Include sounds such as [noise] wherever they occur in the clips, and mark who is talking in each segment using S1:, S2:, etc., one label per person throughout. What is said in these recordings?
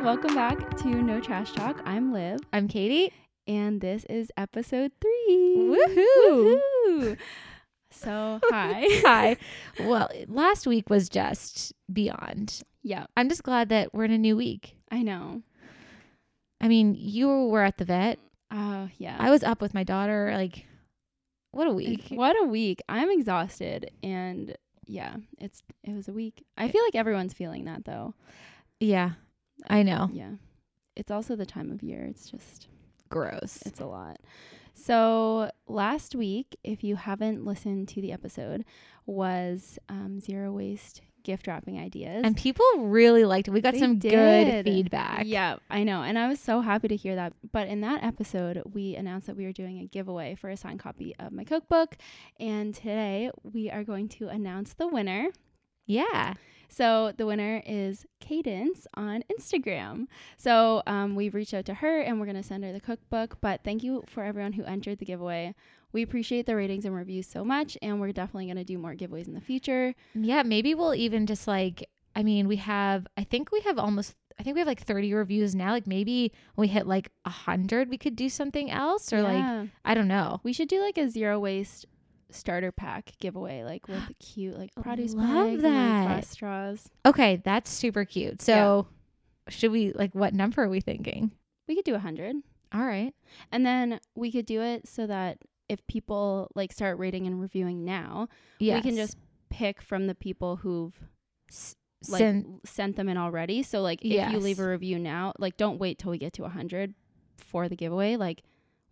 S1: welcome back to No Trash Talk. I'm Liv,
S2: I'm Katie.
S1: and this is episode three.
S2: Woohoo.
S1: Woohoo.
S2: [laughs]
S1: So, [laughs] hi.
S2: Hi. well, last week was just beyond.
S1: yeah,
S2: I'm just glad that we're in a new week.
S1: I know.
S2: I mean, you were at the vet.
S1: Oh, yeah.
S2: I was up with my daughter. Like, what a
S1: Like,
S2: week.
S1: What a week. I'm exhausted and yeah, it's it was a week. I feel like everyone's feeling that though.
S2: Yeah, I know.
S1: Yeah. It's also the time of year. It's just
S2: Gross.
S1: it's a lot. So, last week, if you haven't listened to the episode, was um, zero waste gift wrapping ideas.
S2: And people really liked it. We got
S1: They
S2: some
S1: did.
S2: good feedback.
S1: Yeah, I know. And I was so happy to hear that. But in that episode, we announced that we were doing a giveaway for a signed copy of my cookbook. And today we are going to announce the winner.
S2: Yeah.
S1: So the winner is Cadence on Instagram. So um, we've reached out to her and we're going to send her the cookbook. But thank you for everyone who entered the giveaway. We appreciate the ratings and reviews so much. And we're definitely going to do more giveaways in the future.
S2: Yeah, maybe we'll even just like, I mean, we have, I think we have almost, I think we have like 30 reviews now. Like, maybe when we hit like 100, we could do something else or like,
S1: Yeah.
S2: I don't know.
S1: We should do like a zero waste starter pack giveaway, like with cute
S2: [gasps]
S1: like produce
S2: Love
S1: bags and like,
S2: that.
S1: glass straws.
S2: Okay, that's super cute. So, should we like what number are we thinking?
S1: We could do a hundred,
S2: All right.
S1: and then we could do it so that if people like start rating and reviewing now,
S2: Yeah.
S1: we can just pick from the people who've like
S2: send
S1: l- sent them in already. So like if you
S2: Yes.
S1: leave a review now, like don't wait till we get to a hundred for the giveaway, like.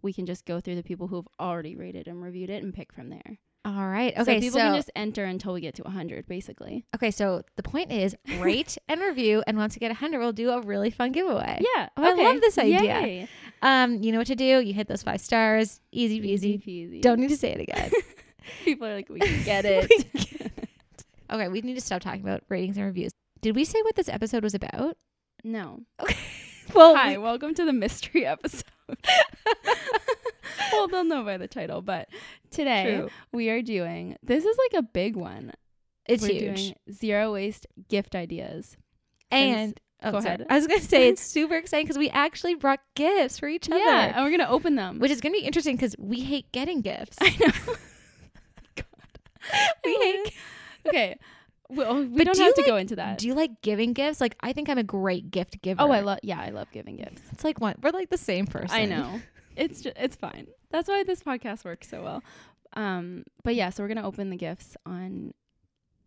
S1: We can just go through the people who've already rated and reviewed it and pick from there.
S2: All right.
S1: so
S2: Okay, so,
S1: people can just enter until we get to 100, basically.
S2: okay, so the point is
S1: [laughs]
S2: rate and review and once you get 100 we'll do a really fun giveaway.
S1: Yeah.
S2: Oh, I love this idea.
S1: Yay.
S2: Um, you know what to do? You hit those 5 stars. Easy peasy.
S1: peasy. [laughs]
S2: Don't need to say it again.
S1: people are like,
S2: [laughs]
S1: we get it.
S2: okay, we need to stop talking about ratings and reviews. Did we say what this episode was about?
S1: [laughs] no.
S2: [laughs] Well,
S1: Hi,
S2: we-
S1: welcome to the mystery [laughs] episode. well, they'll know by the title, but today
S2: true.
S1: we are doing this is like a big one.
S2: It's
S1: We're
S2: huge.
S1: doing zero waste gift ideas.
S2: and oh,
S1: go
S2: sorry.
S1: ahead.
S2: I was going to
S1: [laughs]
S2: say it's super exciting cuz we actually brought gifts for each other.
S1: Yeah, and we're gonna open them.
S2: which is going to be interesting because we hate getting gifts.
S1: [laughs] I
S2: [laughs]
S1: know.
S2: we hate.
S1: okay. Well, we
S2: But
S1: don't
S2: do
S1: have
S2: you
S1: to
S2: like-
S1: go into that.
S2: Do you like giving gifts? Like, I think I'm a great gift giver.
S1: oh, I love. Yeah, I love giving gifts.
S2: It's like one. We're like the same person.
S1: I know. It's ju- it's fine. That's why this podcast works so well. Um, but yeah, so we're gonna open the gifts on.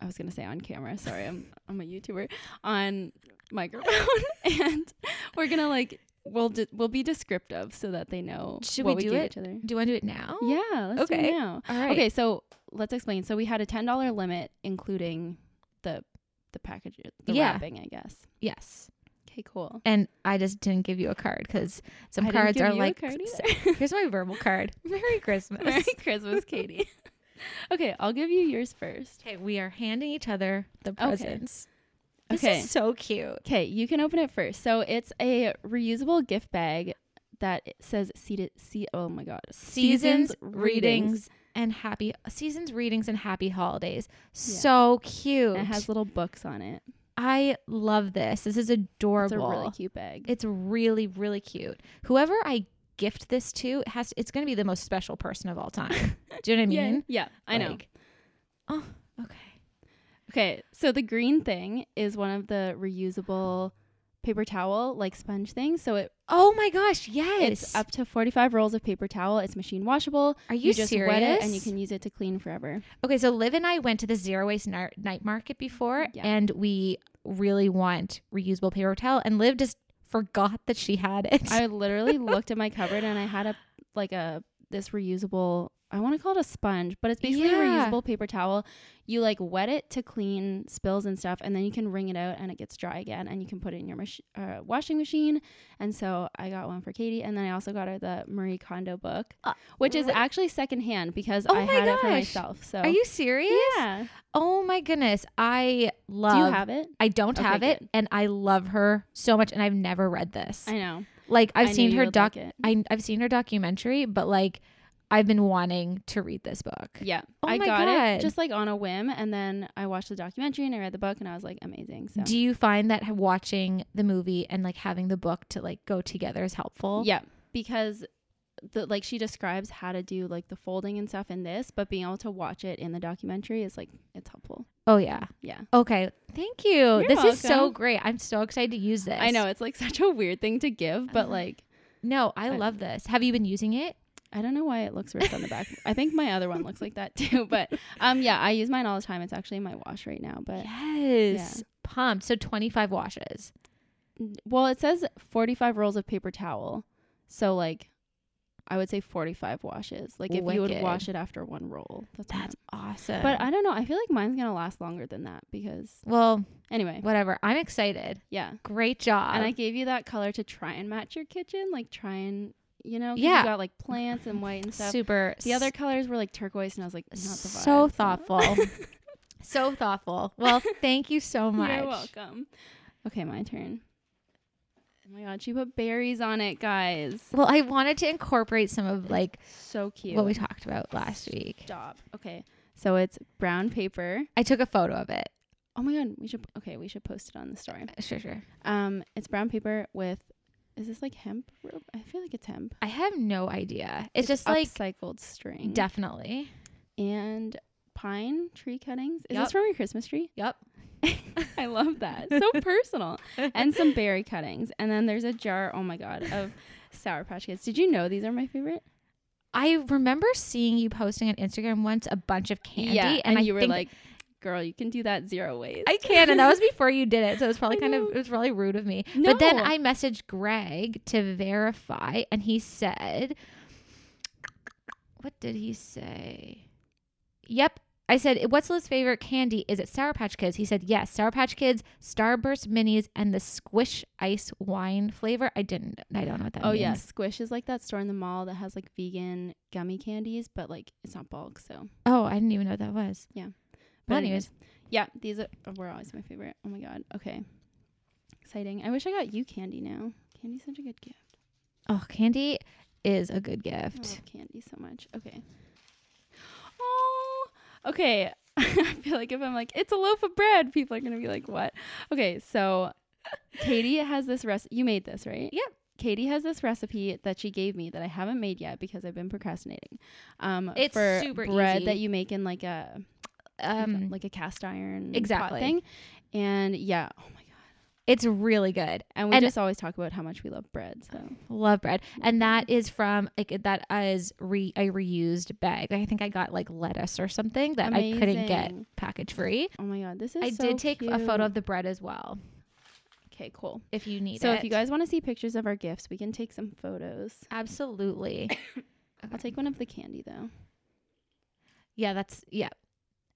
S1: I was gonna say on camera. Sorry, I'm I'm a YouTuber on microphone, [laughs] and we're gonna like we'll di- we'll be descriptive so that they know
S2: Should
S1: what
S2: we do
S1: gave
S2: it?
S1: each other.
S2: Do you want to do it now?
S1: Yeah, let's do
S2: Okay.
S1: it now.
S2: All right.
S1: Okay, so let's explain. So we had a ten dollar limit, including the the package, the
S2: Yeah.
S1: wrapping, I guess.
S2: Yes.
S1: Okay, cool.
S2: And I just didn't give you a card because some
S1: I didn't
S2: cards
S1: give
S2: are
S1: you a
S2: like.
S1: card either.
S2: [laughs] Here's my verbal
S1: [laughs]
S2: card. Merry Christmas.
S1: Merry Christmas, [laughs] Katie. okay, I'll give you yours first.
S2: [laughs] Okay, we are handing each other the presents. This
S1: Okay.
S2: is so cute.
S1: Okay, you can open it first. So it's a reusable gift bag that says seated see oh my god.
S2: Seasons, readings, and happy seasons readings and happy holidays. So cute.
S1: And it has little books on it.
S2: I love this. This is
S1: It's a
S2: adorable.
S1: really cute bag.
S2: It's really, really cute. Whoever I gift this to it has it's gonna be the most special person of
S1: [laughs]
S2: all time. Do you know what I
S1: Yeah,
S2: mean?
S1: Yeah, I know.
S2: Like, oh, okay.
S1: Okay, so the green thing is one of the reusable paper towel like sponge things. So it
S2: Oh my gosh, yes.
S1: it's up to 45 rolls of paper towel. It's machine washable.
S2: Are you,
S1: just
S2: serious?
S1: wet it and you can use it to clean forever.
S2: Okay, so Liv and I went to the zero waste nar- night market before
S1: Yeah.
S2: and we really want reusable paper towel and Liv just forgot that she had it.
S1: I literally looked at my cupboard and I had a like a this reusable I want to call it a sponge, but it's basically
S2: Yeah.
S1: a reusable paper towel. You like wet it to clean spills and stuff, and then you can wring it out and it gets dry again, and you can put it in your mach- uh, washing machine. And so I got one for Katie, and then I also got her the Marie Kondo book,
S2: Uh,
S1: which is
S2: wait.
S1: actually secondhand because
S2: Oh
S1: I
S2: my
S1: had it for
S2: gosh.
S1: myself. So
S2: [laughs] Are you serious?
S1: yeah,
S2: Oh my goodness. I love
S1: do you have it?
S2: I don't
S1: Okay,
S2: have it
S1: good.
S2: and I love her so much and I've never read this.
S1: I know.
S2: Like I've
S1: I knew
S2: seen
S1: you
S2: her
S1: would
S2: doc
S1: like it.
S2: I I've seen her documentary, but like I've been wanting to read this book.
S1: Yeah.
S2: Oh
S1: I
S2: my
S1: got
S2: God.
S1: it just like on a whim. And then I watched the documentary and I read the book and I was like, amazing. So,
S2: Do you find that watching the movie and like having the book to like go together is helpful?
S1: yeah. Because the like she describes how to do like the folding and stuff in this, but being able to watch it in the documentary is like, it's helpful.
S2: Oh yeah.
S1: Yeah.
S2: Okay. Thank you.
S1: You're
S2: this is so
S1: welcome.
S2: great. I'm so excited to use this.
S1: I know it's like [laughs] such a weird thing to give, but
S2: Uh-huh.
S1: like,
S2: No, I,
S1: I-
S2: love this. Have you been using it?
S1: I don't know why it looks ripped on the back. I think my other one looks like that [laughs] too. But um, yeah, I use mine all the time. It's actually in my wash right now. But
S2: Yes. Pumped. So 25 washes.
S1: well, it says 45 rolls of paper towel. So like, I would say 45 washes. Like if you would
S2: Wicked.
S1: wash it after one roll. That's, what
S2: That's awesome.
S1: I'm- But I don't know. I feel like mine's gonna last longer than that because
S2: well,
S1: anyway,
S2: whatever. I'm excited.
S1: yeah.
S2: Great job.
S1: And I gave you that color to try and match your kitchen. Like try and you know, 'cause
S2: Yeah.
S1: You got like plants and white and stuff.
S2: super.
S1: The other colors were like turquoise, and I was like, not the vibe. [laughs]
S2: so thoughtful. so thoughtful. Well, thank you so much.
S1: You're welcome. Okay, my turn. Oh my god, she put berries on it, guys.
S2: Well, I wanted to incorporate some of like
S1: So cute.
S2: what we talked about last week.
S1: Stop. Okay, so it's brown paper.
S2: I took a photo of it.
S1: Oh my god, we should. Okay, we should post it on the story.
S2: Sure, sure.
S1: Um, it's brown paper with. Is this like hemp rope? I feel like it's hemp.
S2: I have no idea. It's, just like
S1: upcycled string.
S2: definitely.
S1: and pine tree cuttings. Is
S2: Yup.
S1: this from your Christmas tree? [laughs]
S2: Yep.
S1: I love that.
S2: [laughs]
S1: So personal. And some berry cuttings. And then there's a jar, oh my God, of Sour Patch Kids. Did you know these are my favorite?
S2: I remember seeing you posting on Instagram once a bunch of candy,
S1: Yeah. And,
S2: I
S1: you were
S2: think-
S1: like, girl, you can do that zero waste.
S2: I can, and
S1: [laughs]
S2: that was before you did it, so it was probably
S1: I
S2: kind of
S1: know.
S2: it was really rude of me. But then
S1: No.
S2: I messaged Greg to verify, and he said, "What did he say?" Yep, I said, "What's Liz's favorite candy? Is it Sour Patch Kids?" He said, "Yes, Sour Patch Kids, Starburst Minis, and the Squish Ice Wine flavor." I didn't, I don't know what that
S1: Oh
S2: means.
S1: yeah, Squish is like that store in the mall that has like vegan gummy candies, but like it's not bulk. So,
S2: Oh, I didn't even know what that was.
S1: but
S2: Well, anyways,
S1: yeah, these are, were always my favorite. Oh my god, okay, exciting! I wish I got you candy now. Candy's such a good gift.
S2: oh, candy is a good
S1: I
S2: gift.
S1: love Oh, candy so much.
S2: [gasps]
S1: Okay. Oh, okay. [laughs] I feel like if I'm like, it's a loaf of bread, people are going to be like, what? Okay, so Katie has this recipe. You made this, right?
S2: Yep.
S1: Katie has this recipe that she gave me that I haven't made yet because I've been procrastinating. Um,
S2: It's
S1: for
S2: super
S1: bread
S2: easy.
S1: that you make in like a Oh,
S2: Um,
S1: like a cast iron pot
S2: exactly.
S1: thing, and yeah, oh my god,
S2: it's really good.
S1: and we
S2: And-
S1: just always talk about how much we love bread. So
S2: Love bread. And that
S1: Mm-hmm.
S2: is from like that is re a reused bag. I think I got like lettuce or something that I couldn't get
S1: Amazing.
S2: package free.
S1: oh my god, this is
S2: I
S1: so
S2: did take a photo
S1: cute.
S2: of the bread as well
S1: Okay, cool.
S2: if you need
S1: So
S2: it.
S1: if you guys want to see pictures of our gifts, we can take some photos. [coughs]
S2: absolutely.
S1: I'll take one of the candy though.
S2: Yeah, that's yeah.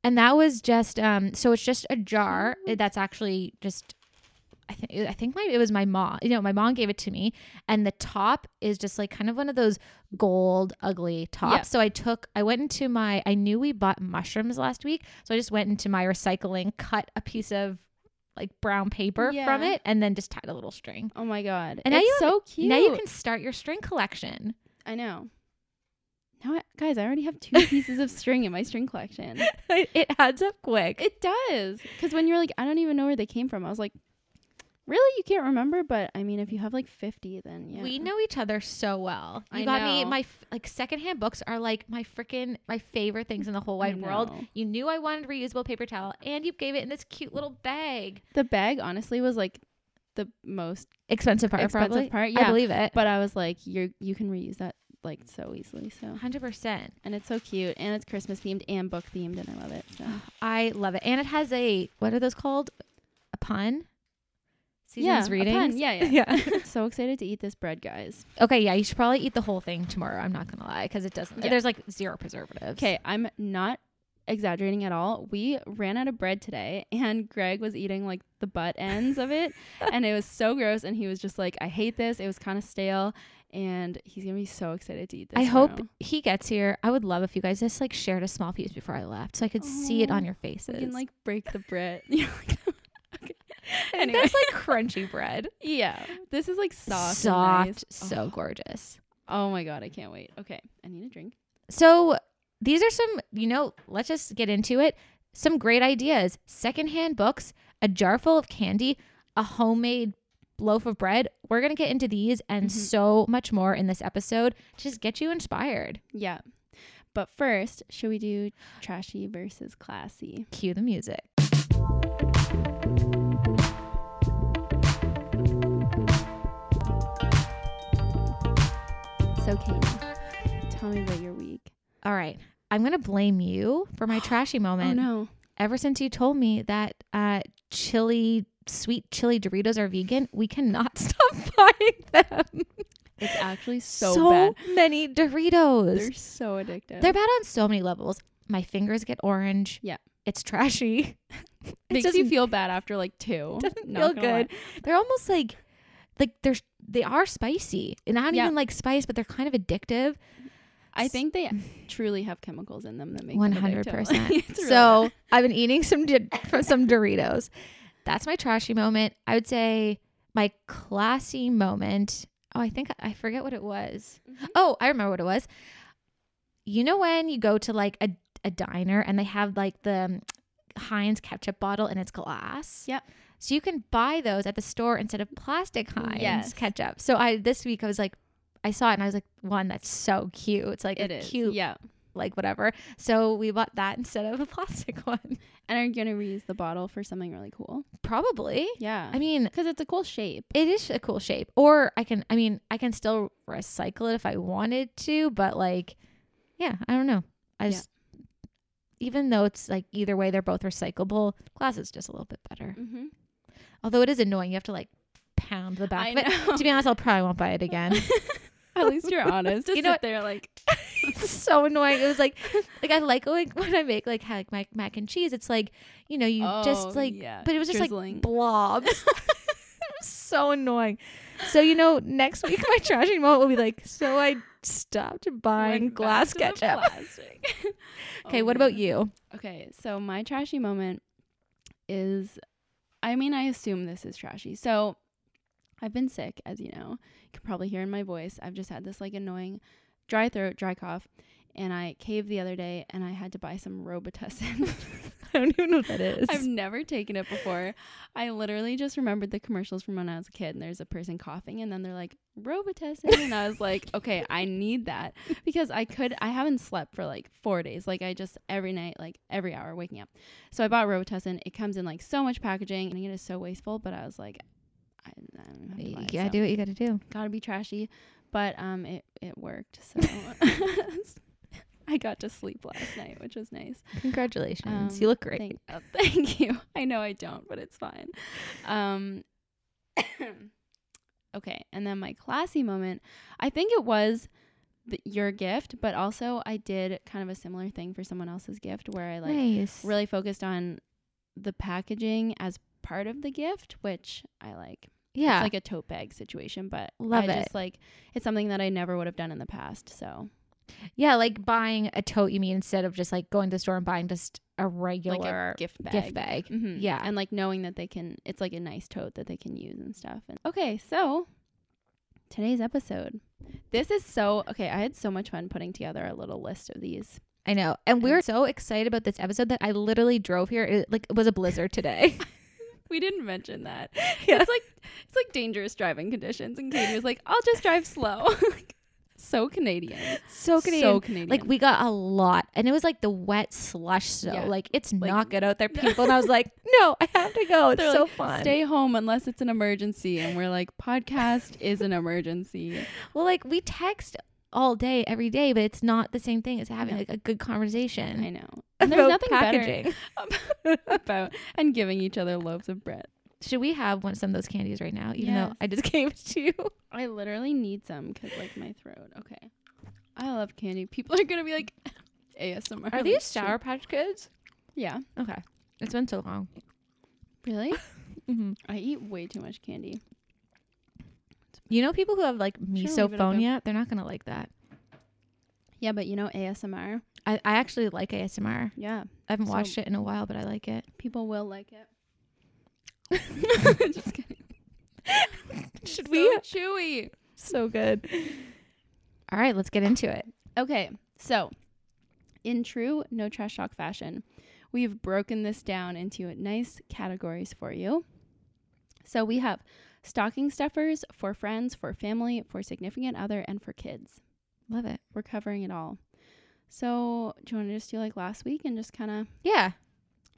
S2: And that was just um so it's just a jar
S1: Cute.
S2: that's actually just I think I think my it was my mom. You know, my mom gave it to me and the top is just like kind of one of those gold ugly tops.
S1: Yeah.
S2: So I took I went into my I knew we bought mushrooms last week, so I just went into my recycling, cut a piece of like brown paper from
S1: Yeah.
S2: it and then just tied a little string.
S1: Oh my god.
S2: And now
S1: it's
S2: you
S1: so cute.
S2: Now you can start your string collection.
S1: I know. Now I, guys, I already have
S2: [laughs]
S1: two pieces of string in my string collection.
S2: [laughs] it adds up quick.
S1: It does. Cuz when you're like I don't even know where they came from. I was like Really? You can't remember, but I mean if you have like 50 then yeah.
S2: We know each other so well. You
S1: I
S2: got me
S1: know.
S2: my f- like secondhand books are like my freaking my favorite things in the whole
S1: I
S2: wide world.
S1: know.
S2: You knew I wanted reusable paper towel, and you gave it in this cute little bag.
S1: The bag honestly was like the most
S2: Expensive part,
S1: Expensive
S2: probably.
S1: part,
S2: I
S1: yeah.
S2: believe it.
S1: but I was like you you can reuse that like so easily. So
S2: Hundred percent.
S1: and it's so cute and it's Christmas themed and book themed and I love it. [laughs] So
S2: I love it, and it has a what are those called? A pun. Seasons
S1: a
S2: readings.
S1: pun. Yeah, yeah.
S2: yeah.
S1: [laughs] so excited to eat this bread, guys.
S2: okay, yeah. You should probably eat the whole thing tomorrow. I'm not gonna lie, because it doesn't.
S1: Yeah.
S2: There's like zero preservatives.
S1: Okay, I'm not exaggerating at all. We ran out of bread today, and Greg was eating like the butt ends of [laughs] it, and it was so gross. And he was just like, "I hate this." It was kind of stale, and he's gonna be so excited to eat this.
S2: I hope
S1: tomorrow.
S2: he gets here. I would love if you guys just like shared a small piece before I left, so I could see it
S1: Oh,
S2: on your
S1: we
S2: faces.
S1: can like break the [laughs] bread. You're like, okay.
S2: And
S1: Anyway,
S2: That's like crunchy bread.
S1: yeah, this is like [laughs] soft, and
S2: Soft,
S1: nice.
S2: so gorgeous.
S1: Oh my god, I can't wait. Okay, I need a drink.
S2: So these are some, you know, let's just get into it. Some great ideas secondhand books, a jar full of candy, a homemade loaf of bread. We're going to get into these and
S1: Mhm.
S2: so much more in this episode. to Just get you inspired.
S1: Yeah. But first, should we do trashy versus classy?
S2: Cue the music.
S1: So, Katie, tell me about your week.
S2: All right. I'm going to blame you for my
S1: [gasps]
S2: trashy
S1: Oh,
S2: moment.
S1: no.
S2: Ever since you told me that uh, chili, sweet chili Doritos are vegan, we cannot [laughs] stop buying them.
S1: It's
S2: [laughs]
S1: actually so, bad.
S2: many Doritos.
S1: They're so addictive.
S2: They're bad on so many levels. My fingers get orange.
S1: Yeah.
S2: It's trashy. [laughs] It
S1: Makes
S2: doesn't-
S1: you feel bad after like two.
S2: doesn't
S1: Not
S2: feel
S1: gonna lie.
S2: good. They're almost like like they're they are spicy. And not
S1: Yeah.
S2: even like spice, but they're kind of addictive.
S1: I think
S2: [laughs]
S1: they truly have chemicals in them that make
S2: One
S1: them addictive.
S2: hundred
S1: [laughs]
S2: percent.
S1: It's really
S2: So I've been eating some di- from some Doritos. That's my trashy moment. I would say my classy moment. Oh, I think I forget what it was.
S1: bad. Mhm.
S2: Oh, I remember what it was. You know when you go to like a, a diner and they have like the um, Heinz ketchup bottle and it's glass?
S1: Yep.
S2: So you can buy those at the store instead of plastic Heinz
S1: Yes.
S2: ketchup. So I this week I was like I saw it and I was like, one, that's so cute. It's like
S1: it
S2: a
S1: is.
S2: cute,
S1: Yeah.
S2: like whatever. So we bought that [laughs] instead of a plastic [laughs] one.
S1: And are you going to reuse the bottle for something really cool?
S2: Probably.
S1: Yeah.
S2: I mean,
S1: Because it's a cool shape.
S2: it is a cool shape. Or I can I mean, I can still recycle it if I wanted to, but like yeah, I don't know. I
S1: Yeah.
S2: just even though it's like either way they're both recyclable, glass is just a little bit better.
S1: Mm-hmm.
S2: Although it is annoying, you have to like pound the back
S1: I
S2: of it. [laughs]
S1: know.
S2: To be honest, I'll probably won't buy it [laughs] again.
S1: [laughs] At least
S2: [laughs]
S1: you're honest.
S2: You
S1: you
S2: know
S1: know
S2: what?
S1: They're like,
S2: it's so annoying. It was like like I like like [laughs] when I make like ha- like my mac and cheese, it's like, you know, you
S1: "Oh,
S2: just like
S1: yeah,
S2: but it was just like [laughs]
S1: drizzling.
S2: blobs. It was so annoying. So you know, next week
S1: [laughs]
S2: my trashy moment will be like, so I stopped
S1: [laughs]
S2: buying
S1: Went back
S2: glass
S1: to the
S2: ketchup.
S1: plastic. [laughs]
S2: Okay,
S1: Oh
S2: what
S1: my
S2: about you? [laughs]
S1: Okay, so my trashy moment is I mean, I assume this is trashy. So I've been sick, as you know. You can probably hear in my voice. I've just had this like annoying dry throat, dry cough, and I caved the other day and I had to buy some Robitussin. [laughs]
S2: I don't even know what that is.
S1: I've never taken it before. I literally just remembered the commercials from when I was a kid, and there's a person coughing, and then they're like Robitussin, and I was like, okay, I need that because I could. I haven't slept for like four days. Like I just every night, like every hour, waking up. So I bought Robitussin. It comes in like so much packaging, and it is so wasteful. But I was like, I, I don't have to buy
S2: you
S1: it,
S2: gotta
S1: so
S2: do what you gotta do.
S1: gotta be trashy but um it it worked so
S2: [laughs]
S1: [laughs] i got to sleep last night which was nice
S2: Congratulations.
S1: Um,
S2: you look great.
S1: thank, oh, [laughs] thank you i know i don't but it's fine um [coughs] okay and then my classy moment i think it was th- your gift but also i did kind of a similar thing for someone else's gift where i like
S2: nice.
S1: really focused on the packaging as part of the gift which i like
S2: yeah.
S1: it's like a tote bag situation, but
S2: Love
S1: I
S2: it.
S1: just like it's something that I never would have done in the past. So
S2: yeah, like buying a tote, you mean, instead of just like going to the store and buying just a regular
S1: like a gift bag.
S2: gift bag.
S1: Mhm.
S2: Yeah.
S1: and like knowing that they can, it's like a nice tote that they can use and stuff. And okay, so today's episode, this is so okay. I had so much fun putting together a little list of these.
S2: I know. And we were so excited about this episode that I literally drove here. It like it was a
S1: [laughs]
S2: blizzard today. [laughs]
S1: We didn't mention [laughs] that.
S2: Yeah.
S1: It's like it's like dangerous driving conditions, and Katie was like, "I'll just drive slow." [laughs] Like, so Canadian,
S2: so Canadian.
S1: so Canadian.
S2: Like we got a lot, and it was like the wet slush. So
S1: Yeah.
S2: like it's
S1: Like-
S2: not good out there, people. and I was [laughs] like, no, I have to go. It's
S1: They're
S2: so
S1: like,
S2: fun.
S1: Stay home unless it's an emergency. And we're like, podcast is an emergency.
S2: well, like we text all day every day, but it's not the same thing as having
S1: No.
S2: like a good conversation.
S1: I know.
S2: [laughs]
S1: And there's
S2: about
S1: nothing
S2: packaging.
S1: [laughs] better Um, about and giving each other loaves of bread.
S2: Should we have one some of those candies right now? Even though
S1: Yes.
S2: I just [laughs] gave it to you.
S1: I literally need some because like my throat. Okay. I love candy. People are gonna be like [laughs] ASMR.
S2: Are
S1: like,
S2: these
S1: shoot.
S2: Sour Patch Kids?
S1: Yeah.
S2: Okay, it's been so long.
S1: Really?
S2: hmm
S1: [laughs] I eat way too much candy.
S2: You know, people who have like
S1: leave it open.
S2: misophonia, they're not gonna like that.
S1: Yeah, but you know ASMR.
S2: I, I actually like ASMR.
S1: Yeah.
S2: I haven't
S1: So-
S2: watched it in a while, but I like it.
S1: People will like it. [laughs] Just kidding.
S2: Should
S1: So chewy.
S2: So good. All right, let's get into it.
S1: Okay, so In true No Trash Talk fashion, we've broken this down into nice categories for you. So we have stocking stuffers for friends, for family, for significant other, and for kids.
S2: Love it.
S1: We're covering it all. So do you want to just do like last week and just kind of
S2: Yeah.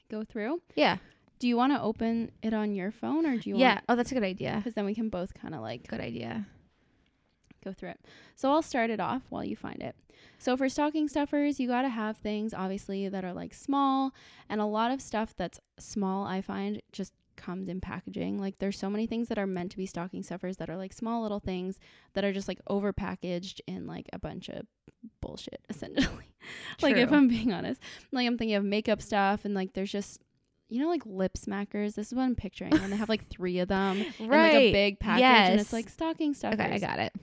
S1: go through?
S2: Yeah.
S1: Do you want to open it on your phone or do you
S2: yeah.
S1: want
S2: Oh, that's a good idea.
S1: because then we can both kind of like
S2: Good idea.
S1: go through it. So I'll start it off while you find it. So for stocking stuffers, you got to have things obviously that are like small and a lot of stuff that's small I find just comes in packaging. Like there's so many things that are meant to be stocking stuffers that are like small little things that are just like overpackaged in like a bunch of bullshit [laughs] essentially. like if
S2: True.
S1: I'm being honest. Like I'm thinking of makeup stuff and like there's just you know like lip smackers. This is what I'm picturing and they have like 3 of them in like a big package and it's
S2: Yes.
S1: like stocking stuffers.
S2: Okay, I got it.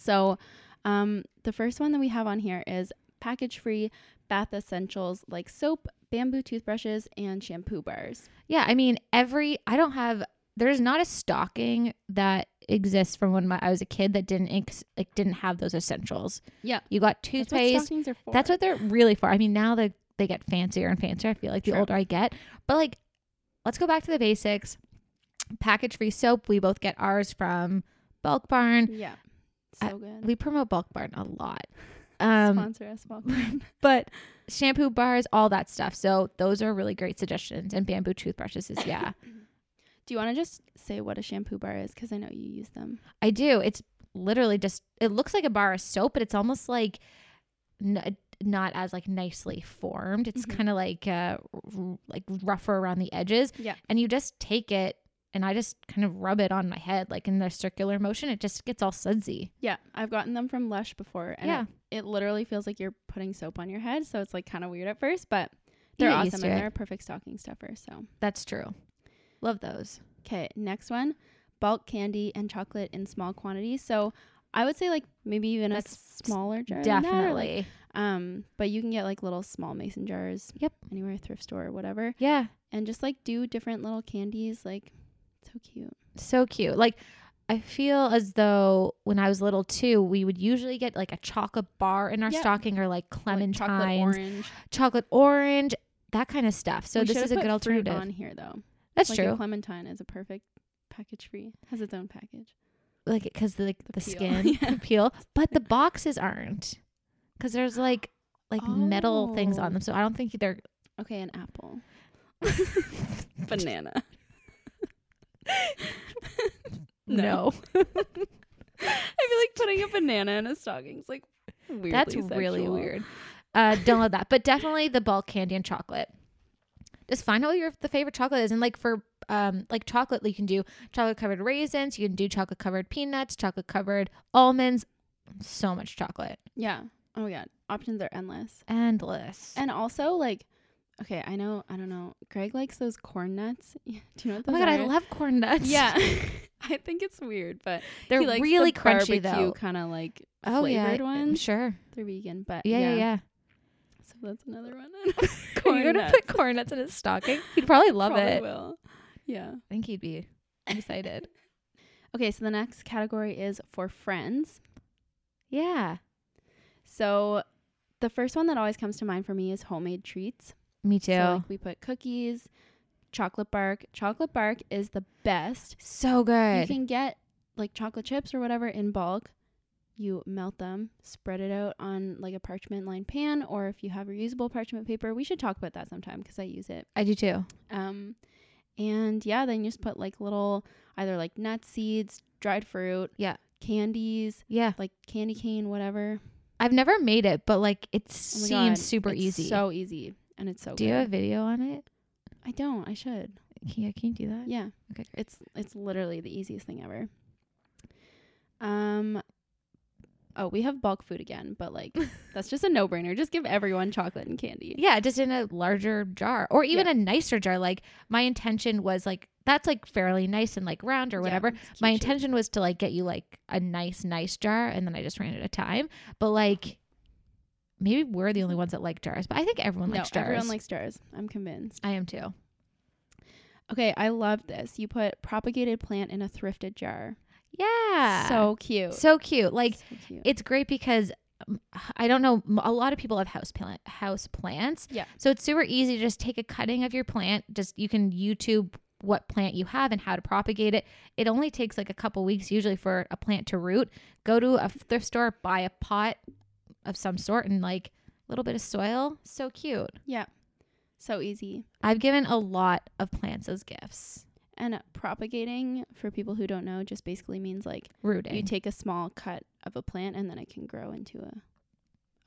S1: So, um, the first one that we have on here is package free bath essentials like soap, bamboo toothbrushes, and shampoo bars.
S2: Yeah, I mean, every I don't have there's not a stocking that exists from when my, I was a kid that didn't ex, like didn't have those essentials.
S1: Yeah.
S2: You got
S1: That's what
S2: toothpaste.
S1: stockings are for.
S2: That's what they're really for. I mean, now they they get fancier and fancier. I feel like the
S1: True.
S2: older I get, but like, let's go back to the basics. Package free soap. We both get ours from Bulk Barn.
S1: Yeah. So
S2: Mm. I-
S1: good.
S2: We promote Bulk Barn a lot. Um,
S1: Sponsor us, welcome.
S2: but shampoo bars, all that stuff. So those are really great suggestions. And bamboo toothbrushes is yeah.
S1: [laughs] Do you want to just say what a shampoo bar is? Because I know you use them.
S2: I do. It's literally just it looks like a bar of soap, but it's almost like n- uh, not as like nicely formed. It's
S1: Mhm.
S2: kind of like uh r- like rougher around the edges.
S1: Yeah.
S2: And you just take it and I just kind of rub it on my head like in a circular motion. It just gets all sudsy.
S1: Yeah, I've gotten them from Lush before, and
S2: Yeah.
S1: it, it literally feels like you're putting soap on your head, so it's like kind of weird at first, but they're
S2: get used
S1: awesome
S2: to
S1: and
S2: it.
S1: they're a perfect stocking stuffer. So,
S2: That's true. Love those.
S1: Okay, next one bulk candy and chocolate in small quantities. So I would say like maybe even
S2: That's
S1: a smaller jar. than that or, like-
S2: Definitely.
S1: um, but you can get like little small mason jars.
S2: Yep.
S1: Anywhere, thrift store or whatever.
S2: yeah.
S1: And just like do different little candies. Like, so cute.
S2: So cute. Like I feel as though when I was little too, we would usually get like a chocolate bar in our
S1: Yeah.
S2: stocking or like
S1: Like,
S2: clementines.
S1: chocolate orange.
S2: chocolate orange, that kind of stuff. So
S1: We
S2: this
S1: should've
S2: is a
S1: put
S2: good
S1: fruit
S2: alternative.
S1: on here though.
S2: That's
S1: like a
S2: true.
S1: clementine is a perfect package free, has its own package.
S2: like because the, like, the,
S1: peel.
S2: skin
S1: [laughs] Yeah.
S2: the peel, but the boxes aren't because there's like like metal things
S1: Oh.
S2: on them. So I don't think they're
S1: Okay, an apple. [laughs] Banana. [laughs]
S2: no.
S1: I feel like putting a banana in a stocking's like weirdly
S2: That's really
S1: sexual.
S2: weird. Uh, don't love that, but definitely the bulk candy and chocolate. Just find out what your the favorite chocolate is, and like for um like chocolate, you can do chocolate covered raisins, you can do chocolate covered peanuts, chocolate covered almonds. So much chocolate,
S1: Yeah. Oh my god. Options are endless.
S2: endless.
S1: And also like okay, I know I don't know. Greg likes those corn nuts. [laughs] Do you know what
S2: Oh
S1: those
S2: my god,
S1: [laughs]
S2: I
S1: are?
S2: love corn nuts.
S1: Yeah. I think it's weird, but
S2: [laughs] they're
S1: he likes
S2: really
S1: the
S2: crunchy though.
S1: kind of like
S2: Oh yeah,
S1: flavored ones.
S2: sure.
S1: they're vegan, but
S2: Yeah,
S1: [laughs]
S2: yeah, yeah. [laughs]
S1: So that's another one. [laughs]
S2: If
S1: corn
S2: you were to
S1: nuts.
S2: put corn
S1: [laughs]
S2: nuts in his stocking, he'd probably love
S1: Probably
S2: it.
S1: will. Yeah.
S2: I think he'd be excited.
S1: [laughs] Okay, so the next category is for friends.
S2: yeah,
S1: So the first one that always comes to mind for me is homemade treats.
S2: me
S1: So
S2: too. So,
S1: like we put cookies, chocolate bark. Chocolate bark is the best. You
S2: good.
S1: can get like chocolate chips or whatever in bulk. You melt them, spread it out on like a parchment lined pan, or if you have reusable parchment paper, we should talk about that sometime because I use it.
S2: I do too.
S1: Um, and yeah, then you just put like little either like nut seeds, dried fruit,
S2: Yeah.
S1: candies,
S2: Yeah,
S1: like candy cane, whatever.
S2: I've never made it, but like it
S1: Oh my God,
S2: seems super
S1: it's
S2: easy.
S1: So easy, and it's so. good.
S2: do you have a video on it?
S1: I don't. I should.
S2: Can you, can you do that?
S1: Yeah.
S2: Okay, great.
S1: It's it's literally the easiest thing ever. Um. Oh, we have bulk food again, but like
S2: [laughs]
S1: that's just a no brainer. Just give everyone chocolate and candy.
S2: Yeah, just in a larger jar or even
S1: Yeah.
S2: a nicer jar. Like my intention was like that's like fairly nice and like round or
S1: Yeah,
S2: whatever.
S1: it's cute
S2: my
S1: shape.
S2: intention was to like get you like a nice nice jar and then I just ran out of time. But like maybe we're the only ones that like jars, but I think everyone
S1: No,
S2: likes jars.
S1: everyone likes jars. I'm convinced.
S2: I am too.
S1: Okay, I love this. You put propagated plant in a thrifted jar.
S2: Yeah.
S1: So cute.
S2: so cute. Like
S1: So cute.
S2: it's great because um, I don't know. m- A lot of people have house plant, house plants.
S1: Yeah.
S2: So it's super easy to just take a cutting of your plant. Just you can YouTube what plant you have and how to propagate it. It only takes like a couple weeks usually for a plant to root. Go to a thrift store, buy a pot of some sort, and like a little bit of soil. So cute.
S1: Yeah. So easy.
S2: I've given a lot of plants as gifts.
S1: And uh, propagating, for people who don't know, just basically means like
S2: Rooting.
S1: you take a small cut of a plant and then it can grow into a,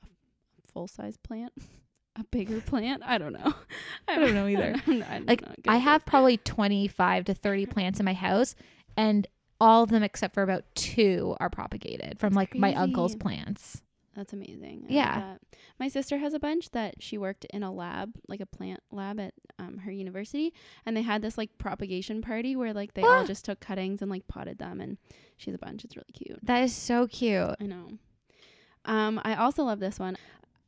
S1: a full size plant, [laughs] a bigger plant. I don't know. [laughs] I
S2: don't know either.
S1: I'm- I'm
S2: Like,
S1: not good
S2: I
S1: at
S2: have probably 25 to 30 plants in my house, and all of them except for about two are propagated from like my uncle's
S1: crazy.
S2: plants.
S1: That's amazing. I love
S2: Yeah.
S1: that. My sister has a bunch that she worked in a lab, like a plant lab at um, her university, and they had this like propagation party where like they all
S2: Ah.
S1: just took cuttings and like potted them, and she has a bunch. It's really cute.
S2: That is so cute.
S1: I know. Um, I also love this one.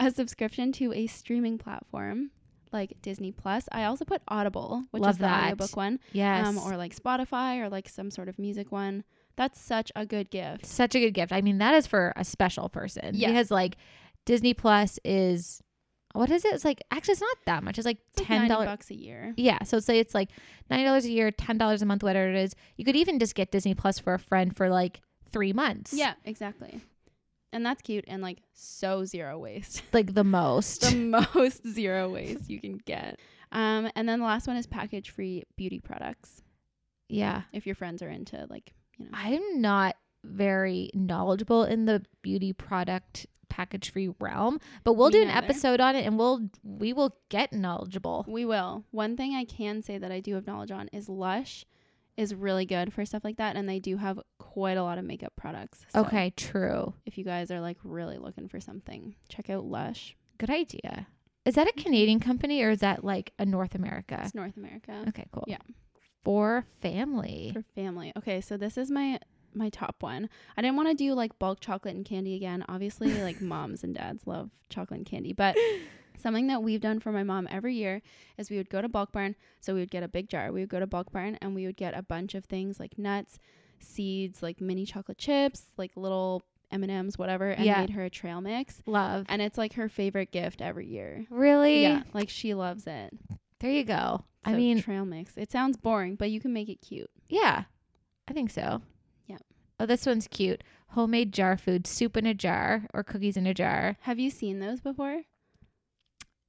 S1: A subscription to a streaming platform like Disney Plus. I also put Audible, which
S2: Love
S1: is the
S2: that.
S1: audiobook one,
S2: Yes.
S1: um, or like Spotify or like some sort of music one. That's such a good gift.
S2: Such a good gift. I mean, that is for a special person.
S1: Yeah.
S2: Because like Disney Plus is, what is it? It's like, actually, it's not that much. It's like
S1: It's like
S2: $10.
S1: 90 bucks a year.
S2: Yeah, so say it's like nine dollars a year, ten dollars a month, whatever it is. You could even just get Disney Plus for a friend for like three months.
S1: Yeah, exactly. And that's cute and like so zero waste. [laughs]
S2: like the most. [laughs]
S1: the most zero waste you can get. Um, and then the last one is package free beauty products.
S2: yeah,
S1: If your friends are into like, you know,
S2: I'm not very knowledgeable in the beauty product package free realm, but we'll
S1: Me
S2: do an
S1: neither.
S2: episode on it, and we'll we will get knowledgeable.
S1: [laughs] we will. One thing I can say that I do have knowledge on is Lush is really good for stuff like that. And they do have quite a lot of makeup products. So
S2: Okay, true.
S1: If you guys are like really looking for something, check out Lush.
S2: Good idea. Is
S1: Mm-hmm.
S2: that a Canadian company or is that like a North America?
S1: It's North America
S2: Okay, cool.
S1: Yeah.
S2: For family.
S1: for family. Okay, so this is my my top one. I didn't want to do like bulk chocolate and candy again.
S2: [laughs]
S1: Obviously, like moms and dads love chocolate and candy, but something that we've done for my mom every year is we would go to Bulk Barn. So we would get a big jar. We would go to Bulk Barn and we would get a bunch of things like nuts, seeds, like mini chocolate chips, like little M&Ms, whatever, and
S2: Yeah.
S1: made her a trail mix.
S2: Love.
S1: And it's like her favorite gift every year.
S2: Really?
S1: Yeah, like she loves it.
S2: There you go. I
S1: So
S2: mean,
S1: trail mix. It sounds boring, but you can make it cute.
S2: yeah, I think so.
S1: Yep.
S2: Oh, this one's cute. Homemade jar food, soup in a jar or cookies in a jar.
S1: Have you seen those before?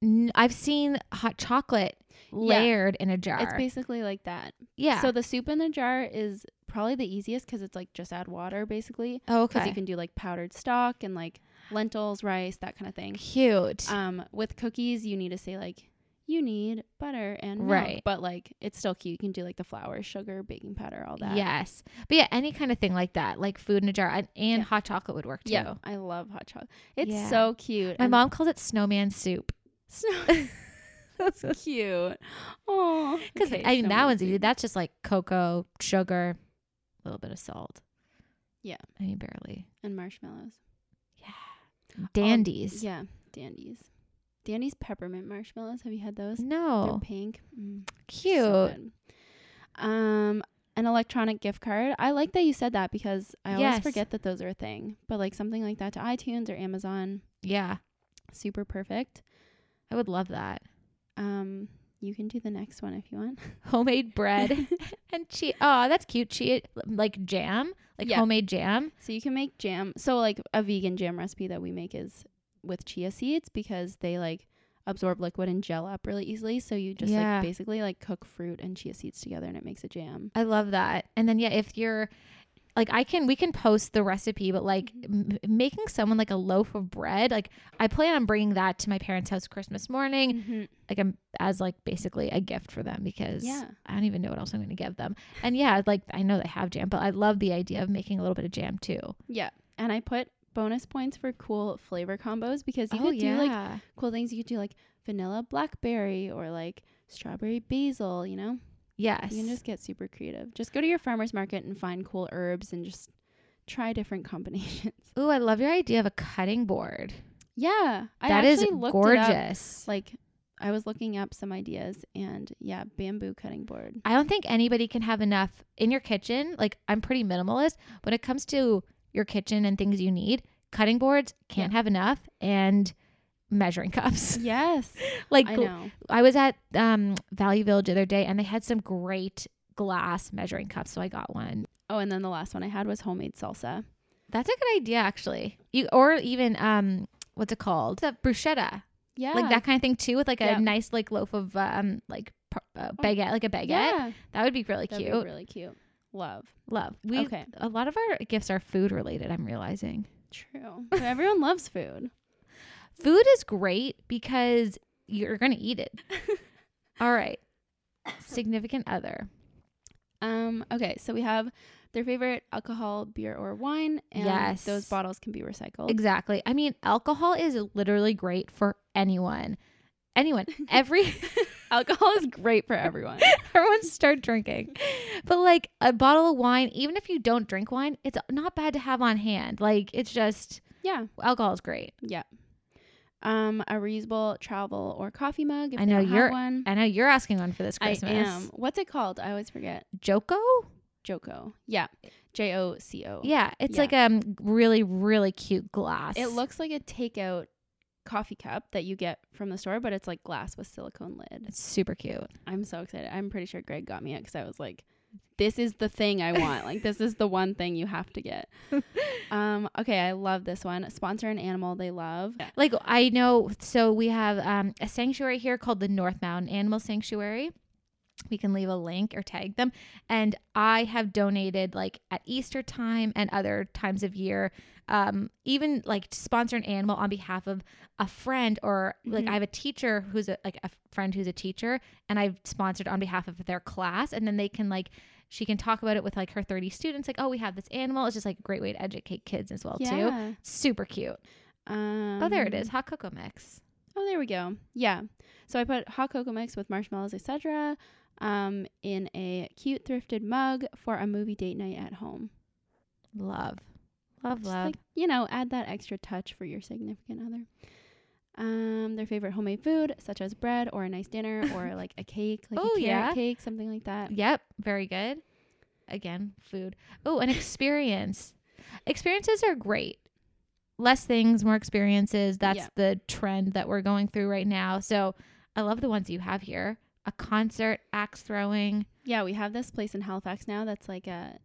S2: N- I've seen hot chocolate layered in a jar.
S1: It's basically like that.
S2: yeah.
S1: So the soup in the jar is probably the easiest because it's like just add water basically.
S2: oh,
S1: Because
S2: okay.
S1: you can do like powdered stock and like lentils, rice, that kind of thing.
S2: cute.
S1: Um, with cookies, you need to say like you need butter and milk,
S2: Right.
S1: but like it's still cute. You can do like the flour, sugar, baking powder, all that.
S2: yes. But yeah, any kind of thing like that, like food in a jar and, and
S1: Yeah.
S2: hot chocolate would work too.
S1: yeah. I love hot chocolate. It's
S2: Yeah.
S1: so cute.
S2: My
S1: and [laughs]
S2: mom calls it snowman soup. [laughs]
S1: That's cute.
S2: [laughs]
S1: Oh,
S2: Because I mean, that one's easy. That's just like cocoa, sugar, a little bit of salt.
S1: Yeah.
S2: I mean, barely.
S1: and marshmallows.
S2: Dandies.
S1: Um, Yeah, dandies. Dandies peppermint marshmallows. Have you had those? They're
S2: No.
S1: pink. Mm.
S2: Oh. Cute.
S1: So good. um, an electronic gift card. I like that you said that because I always
S2: Yes.
S1: forget that those are a thing. But like something like that to iTunes or Amazon,
S2: yeah.
S1: super perfect.
S2: I would love that.
S1: Um, you can do the next one if you want. [laughs]
S2: Homemade bread and cheese. Oh, that's cute. Cheese like jam, like
S1: Yeah.
S2: homemade jam.
S1: So you can make jam. So like a vegan jam recipe that we make is with chia seeds because they like absorb liquid and gel up really easily. So you just
S2: Yeah.
S1: like basically like cook fruit and chia seeds together and it makes a jam.
S2: I love that. And then yeah, if you're like I can we can post the recipe, but like
S1: Mm-hmm.
S2: m- making someone like a loaf of bread, like I plan on bringing that to my parents' house Christmas morning.
S1: Mm-hmm.
S2: like I'm as like basically a gift for them because
S1: Yeah.
S2: I don't even know what else I'm going to give them. And yeah, like I know they have jam, but I love the idea of making a little bit of jam too.
S1: Yeah. And I put bonus points for cool flavor combos because you could do like cool things. You could do like vanilla blackberry or like strawberry basil, you know?
S2: yes,
S1: You can just get super creative. Just go to your farmer's market and find cool herbs and just try different [laughs] combinations.
S2: ooh, I love your idea of a cutting board.
S1: Yeah. I
S2: that is
S1: actually looked it up.
S2: gorgeous.
S1: Like I was looking up some ideas and yeah, bamboo cutting
S2: [laughs]
S1: board.
S2: I don't think anybody can have enough in your kitchen. Like I'm pretty minimalist when it comes to your kitchen and things you need. cutting boards can't
S1: Yeah.
S2: have enough and
S1: [laughs]
S2: measuring [laughs] cups
S1: Yes.
S2: like
S1: I
S2: gl-
S1: know.
S2: I was at um value village the other day and they had some great glass measuring cups so i got one
S1: Oh, and then the last one I had was homemade salsa.
S2: that's a good idea actually you or even um what's it called the bruschetta
S1: Yeah.
S2: like that kind of thing too with like a
S1: Yeah. Oh,
S2: nice like loaf of um like par- uh, baguette like a baguette
S1: Yeah.
S2: that would be really
S1: That'd be
S2: cute
S1: really cute. Love.
S2: love we
S1: Okay.
S2: a lot of our gifts are food related i'm realizing
S1: [laughs] True. But everyone loves food.
S2: food is great because you're gonna eat [laughs] it all right significant other
S1: Um, okay, so we have their favorite alcohol, beer, or wine, and
S2: Yes.
S1: those bottles can be recycled.
S2: [laughs] Exactly. I mean, alcohol is literally great for anyone. Anyone. [laughs] Every
S1: alcohol is great for everyone.
S2: everyone start drinking. But like a bottle of wine, even if you don't drink wine, it's not bad to have on hand. Like it's just
S1: [laughs] yeah.
S2: alcohol is great.
S1: Um, a reusable travel or coffee mug. If
S2: I
S1: they
S2: know
S1: don't have
S2: you're-
S1: one.
S2: I know you're asking one for this Christmas.
S1: I am. What's it called? I always forget.
S2: Joko?
S1: Joko. Yeah. J O C O.
S2: Yeah, it's
S1: Yeah.
S2: like um really really cute glass.
S1: It looks like a takeout coffee cup that you get from the store, but it's like glass with silicone lid.
S2: it's super cute.
S1: I'm so excited. I'm pretty sure Greg got me it because I was like, this is the thing I want. like, this is the one thing you have to
S2: [laughs]
S1: get. Um, okay, I love this one. Sponsor an animal they love.
S2: Like I know, so we have um, a sanctuary here called the North Mountain Animal Sanctuary. We can leave a link or tag them. And I have donated like at Easter time and other times of year, um, even like to sponsor an animal on behalf of a friend or like
S1: Mhm.
S2: I have a teacher who's a, like a friend who's a teacher, and I've sponsored on behalf of their class, and then they can like. She can talk about it with like her 30 students, like, oh, we have this animal. It's just like a great way to educate kids as well, too.
S1: Yeah.
S2: Super cute.
S1: Um,
S2: Oh, there it is. Hot cocoa mix.
S1: Oh, there we go. Yeah. So I put hot cocoa mix with marshmallows, etc., um, in a cute thrifted mug for a movie date night at home.
S2: Love. Love,
S1: Just,
S2: love.
S1: like, you know, add that extra touch for your significant other. Um, their favorite homemade food, such as bread or a nice dinner
S2: [laughs]
S1: or like a cake, like
S2: Oh,
S1: a carrot
S2: yeah.
S1: cake, something like that.
S2: yep. Very good. Again, food. Oh, an experience. Experiences are great. Less things, more experiences. That's
S1: Yeah.
S2: the trend that we're going through right now. So I love the ones you have here a concert, axe throwing.
S1: Yeah, we have this place in Halifax now that's like a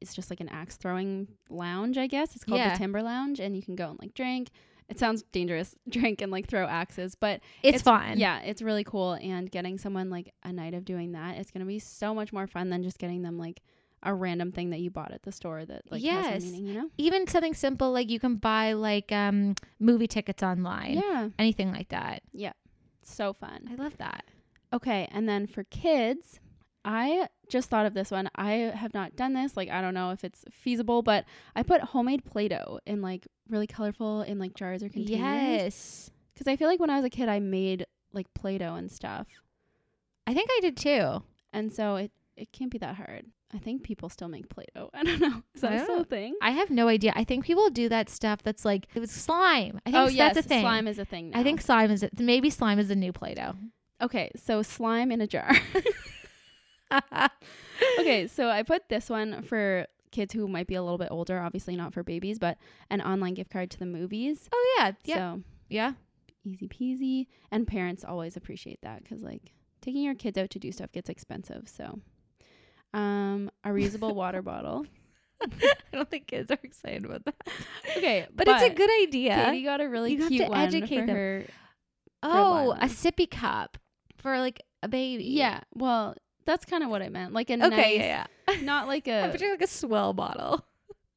S1: it's just like an axe throwing lounge, I guess. It's called
S2: Yeah.
S1: the Timber Lounge and you can go and like drink. It sounds dangerous, [laughs] drink and like throw axes, but
S2: It's,
S1: It's-
S2: fun.
S1: yeah, it's really cool and getting someone like a night of doing that, it's going to be so much more fun than just getting them like a random thing that you bought at the store that like
S2: Yes.
S1: has a meaning, you know?
S2: Even something simple like you can buy like um movie tickets online.
S1: Yeah.
S2: Anything like that.
S1: So fun.
S2: I love that.
S1: Okay, and then for kids, I just thought of this one. I have not done this. Like, I don't know if it's feasible, but I put homemade Play Doh in like really colorful in like jars or containers.
S2: Yes.
S1: Because I feel like when I was a kid, I made like Play Doh and stuff.
S2: I think I did too.
S1: And so it, it can't be that hard. I think people still make Play Doh. [laughs] I don't know. Is
S2: I
S1: that still a
S2: don't-
S1: thing?
S2: I have no idea. I think people do that stuff that's like it was slime. I think
S1: oh,
S2: that's
S1: yes.
S2: a thing.
S1: Slime is a thing now.
S2: I think slime is it. Maybe slime is the new [laughs] Play-Doh.
S1: Okay, so slime in a jar. okay, so I put this one for kids who might be a little bit older, obviously not for babies, but an online gift card to the movies.
S2: Oh yeah, yeah,
S1: So
S2: yeah.
S1: easy peasy. And parents always appreciate that because, like, taking your kids out to do stuff gets expensive. So, um, a reusable
S2: [laughs]
S1: water bottle.
S2: I don't think kids are excited about that,
S1: Okay,
S2: but, it's a good idea.
S1: Katie got a really
S2: You have
S1: cute
S2: to
S1: one
S2: educate
S1: for
S2: them.
S1: her.
S2: oh,
S1: Lila.
S2: a sippy cup for like a baby.
S1: Yeah, well, that's kind of what I meant. Like a
S2: Okay.
S1: nice,
S2: yeah.
S1: not like
S2: Yeah. I'm
S1: a.
S2: picturing like a swell bottle.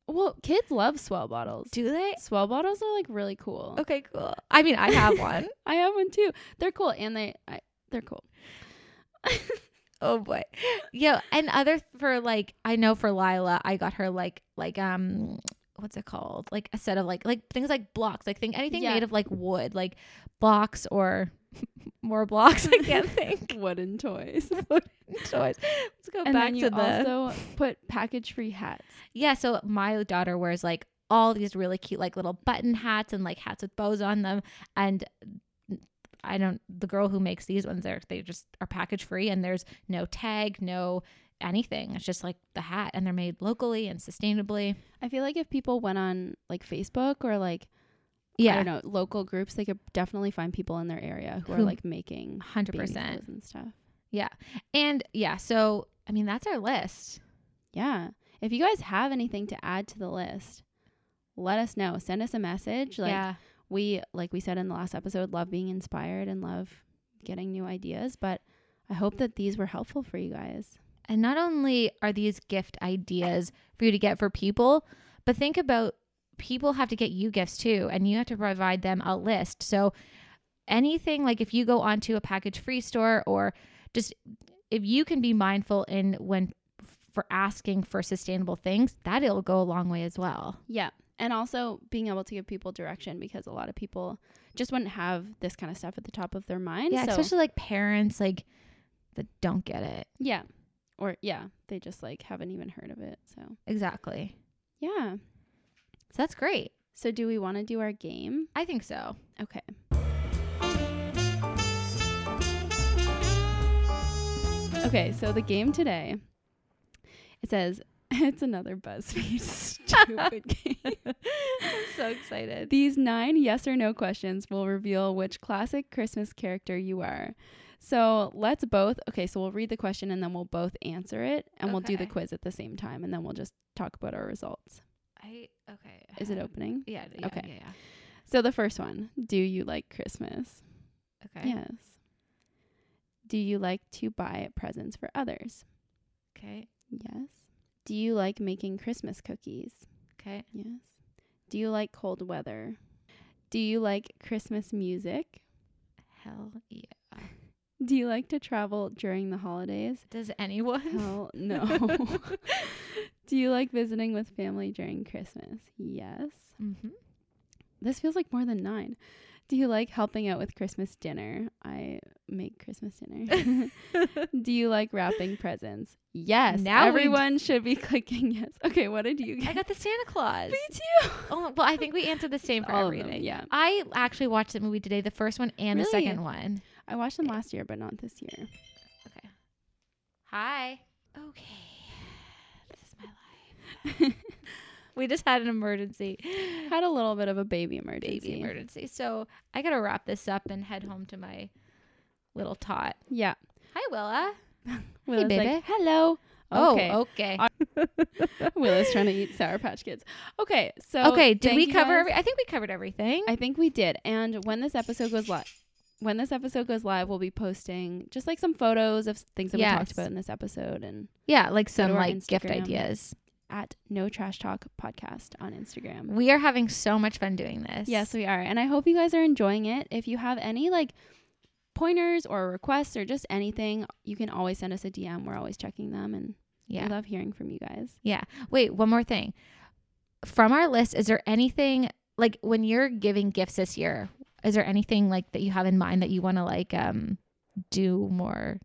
S1: Well, kids love swell bottles.
S2: Do they?
S1: Swell bottles are like really cool.
S2: Okay. Cool. I mean, I have one.
S1: I have one too. They're cool, and they I, they're cool.
S2: oh boy. Yo, and other for like I know for Lila, I got her like like um what's it called? Like a set of like like things like blocks, like thing anything
S1: Yeah.
S2: made of like wood, like blocks or [laughs] more blocks. I
S1: [laughs]
S2: can't [laughs] think.
S1: Wooden [laughs] toys.
S2: so I, let's go
S1: and
S2: back
S1: then you
S2: to the
S1: also put package free hats.
S2: yeah. So my daughter wears like all these really cute like little button hats and like hats with bows on them and. I don't. The girl who makes these ones, they're they just are package free, and there's no tag, no anything. It's just like the hat, and they're made locally and sustainably.
S1: I feel like if people went on like Facebook or like I
S2: Yeah,
S1: don't know local groups, they could definitely find people in their area who, are
S2: [laughs] Who-
S1: like making
S2: hundred
S1: baby
S2: percent.
S1: clothes and stuff.
S2: And yeah, so I mean that's our list.
S1: Yeah. If you guys have anything to add to the list, let us know. Send us a message. Like
S2: yeah,
S1: we like we said in the last episode, love being inspired and love getting new ideas, but I hope that these were helpful for you guys.
S2: and not only are these gift ideas for you to get for people, but think about people have to get you gifts too, and you have to provide them a list. So anything like if you go onto a package free store or just if you can be mindful in when for asking for sustainable things, that'll go a long way as well.
S1: Yeah. And also being able to give people direction because a lot of people just wouldn't have this kind of stuff at the top of their mind.
S2: Yeah,
S1: so
S2: especially like parents like that don't get it.
S1: yeah. Or yeah, they just like haven't even heard of it. So
S2: Exactly.
S1: yeah.
S2: So that's great.
S1: So do we want to do our game?
S2: I think so.
S1: Okay. Okay, so the game today, it says [laughs] it's another
S2: [laughs]
S1: BuzzFeed stupid game.
S2: so excited.
S1: These nine yes or no questions will reveal which classic Christmas character you are. So let's both, okay, so we'll read the question and then we'll both answer it and we'll do the
S2: Okay.
S1: quiz at the same time and then we'll just talk about our results.
S2: I okay. I
S1: Is it
S2: have-
S1: opening?
S2: Yeah.
S1: Okay.
S2: okay. Yeah, yeah.
S1: So the first one Do you like Christmas?
S2: Okay.
S1: Yes. Do you like to buy presents for others?
S2: Okay.
S1: Yes. Do you like making Christmas cookies?
S2: Okay.
S1: Yes. Do you like cold weather? Do you like Christmas music?
S2: Hell yeah.
S1: Do you like to travel during the holidays?
S2: Does anyone? [laughs]
S1: Hell no. [laughs] Do you like visiting with family during Christmas? Yes.
S2: mm-hmm.
S1: [laughs] This feels like more than nine. Do you like helping out with Christmas dinner? I make Christmas
S2: [laughs]
S1: dinner. Do you like wrapping presents? Yes.
S2: Now we d-
S1: everyone should be [laughs] clicking yes. Okay, what did you
S2: I
S1: get?
S2: got the Santa
S1: [laughs]
S2: Claus.
S1: Me too.
S2: Oh well, I think we
S1: [laughs]
S2: answered the [laughs] same for
S1: All of them,
S2: everything.
S1: yeah.
S2: I actually watched the movie today, the first one and the
S1: Really?
S2: second one.
S1: I watched them last year, but not this year.
S2: Okay. Hi. Okay. This is my life.
S1: [laughs]
S2: We just had an [laughs] emergency,
S1: Had a little bit of a baby emergency.
S2: baby emergency. So I gotta wrap this up and head home to my little tot.
S1: Yeah.
S2: Hi, Willa.
S1: Willow's
S2: baby.
S1: like, hello. Okay.
S2: Oh, okay.
S1: I- [laughs] Willow's trying to eat Sour Patch Kids. Okay, so
S2: okay. Did
S1: thank
S2: we
S1: you
S2: cover?
S1: guys.
S2: Every- I think we covered everything.
S1: I think we did. And when this episode goes live, when this episode goes live, we'll be posting just like some photos of things that we talked
S2: Yes.
S1: about in this episode and
S2: yeah, like
S1: to
S2: some
S1: our
S2: like gift
S1: Instagram.
S2: ideas.
S1: at No Trash Talk Podcast on Instagram.
S2: We are having so much fun doing this.
S1: Yes, we are. And I hope you guys are enjoying it. If you have any like pointers or requests or just anything, you can always send us a DM. We're always checking them and
S2: Yeah.
S1: we love hearing from you guys.
S2: Wait, one more thing. From our list, is there anything like when you're giving gifts this year? Is there anything like that you have in mind that you want to like um do more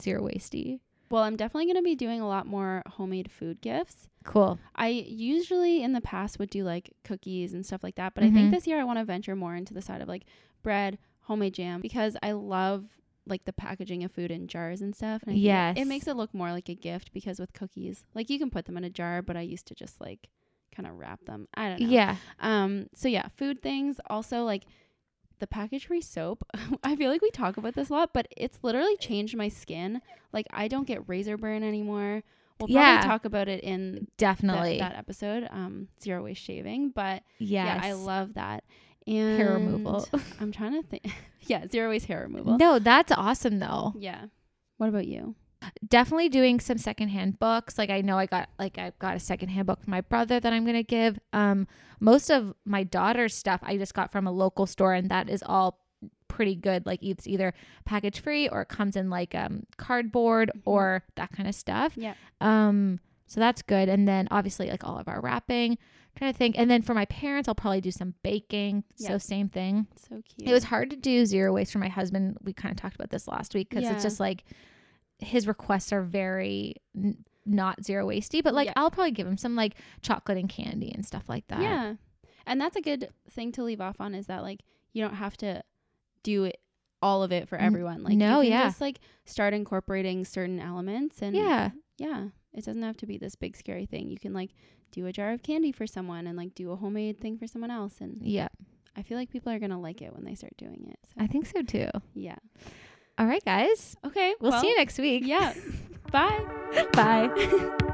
S2: zero wastey?
S1: Well, I'm definitely going to be doing a lot more homemade food gifts.
S2: Cool.
S1: I usually in the past would do like cookies and stuff like that, but I think
S2: Mhm.
S1: this year I want to venture more into the side of like bread, homemade jam because I love like the packaging of food in jars and stuff. And I think it-
S2: Yes.
S1: it makes it look more like a gift because with cookies, like you can put them in a jar, but I used to just like kind of wrap them. I don't know.
S2: Yeah.
S1: Um. So yeah, food things. Also like the package free soap. [laughs] I feel like we talk about this a lot, but it's literally changed my skin. Like I don't get razor burn anymore. We'll probably
S2: Yeah.
S1: talk about it in
S2: Definitely.
S1: that, that episode, um, zero waste shaving. But
S2: yes.
S1: yeah, I love that. And
S2: hair removal.
S1: [laughs] I'm trying to think. [laughs] yeah, zero waste hair removal.
S2: [laughs] no, that's awesome though.
S1: Yeah. What about you?
S2: definitely doing some secondhand books. Like I know I got like I got a secondhand book from my brother that I'm gonna give. Um, most of my daughter's stuff I just got from a local store, and that is all pretty good. Like it's either package free or it comes in like um cardboard or that kind of stuff.
S1: Mm-hmm. Yeah.
S2: Um, so that's good. And then obviously like all of our wrapping. trying to think. And then for my parents, I'll probably do some baking.
S1: Yeah.
S2: So same thing.
S1: So cute.
S2: It was hard to do zero waste for my husband. We kind of talked about this last week because
S1: Yeah.
S2: it's just like his requests are very n- not zero wastey, but like
S1: Yeah.
S2: I'll probably give him some like chocolate and candy and stuff like that.
S1: Yeah. And that's a good thing to leave off on is that like you don't have to do it all of it for
S2: N-
S1: everyone. Like
S2: no,
S1: you can
S2: yeah.
S1: just like start incorporating certain elements and
S2: Yeah.
S1: Yeah, it doesn't have to be this big scary thing. You can like do a jar of candy for someone and like do a homemade thing for someone else and
S2: Yeah.
S1: I feel like people are going to like it when they start doing it. So,
S2: I think so too.
S1: yeah.
S2: All right, guys.
S1: Okay.
S2: We'll, see you [laughs]
S1: well,
S2: next week.
S1: Yeah. Bye.
S2: Bye.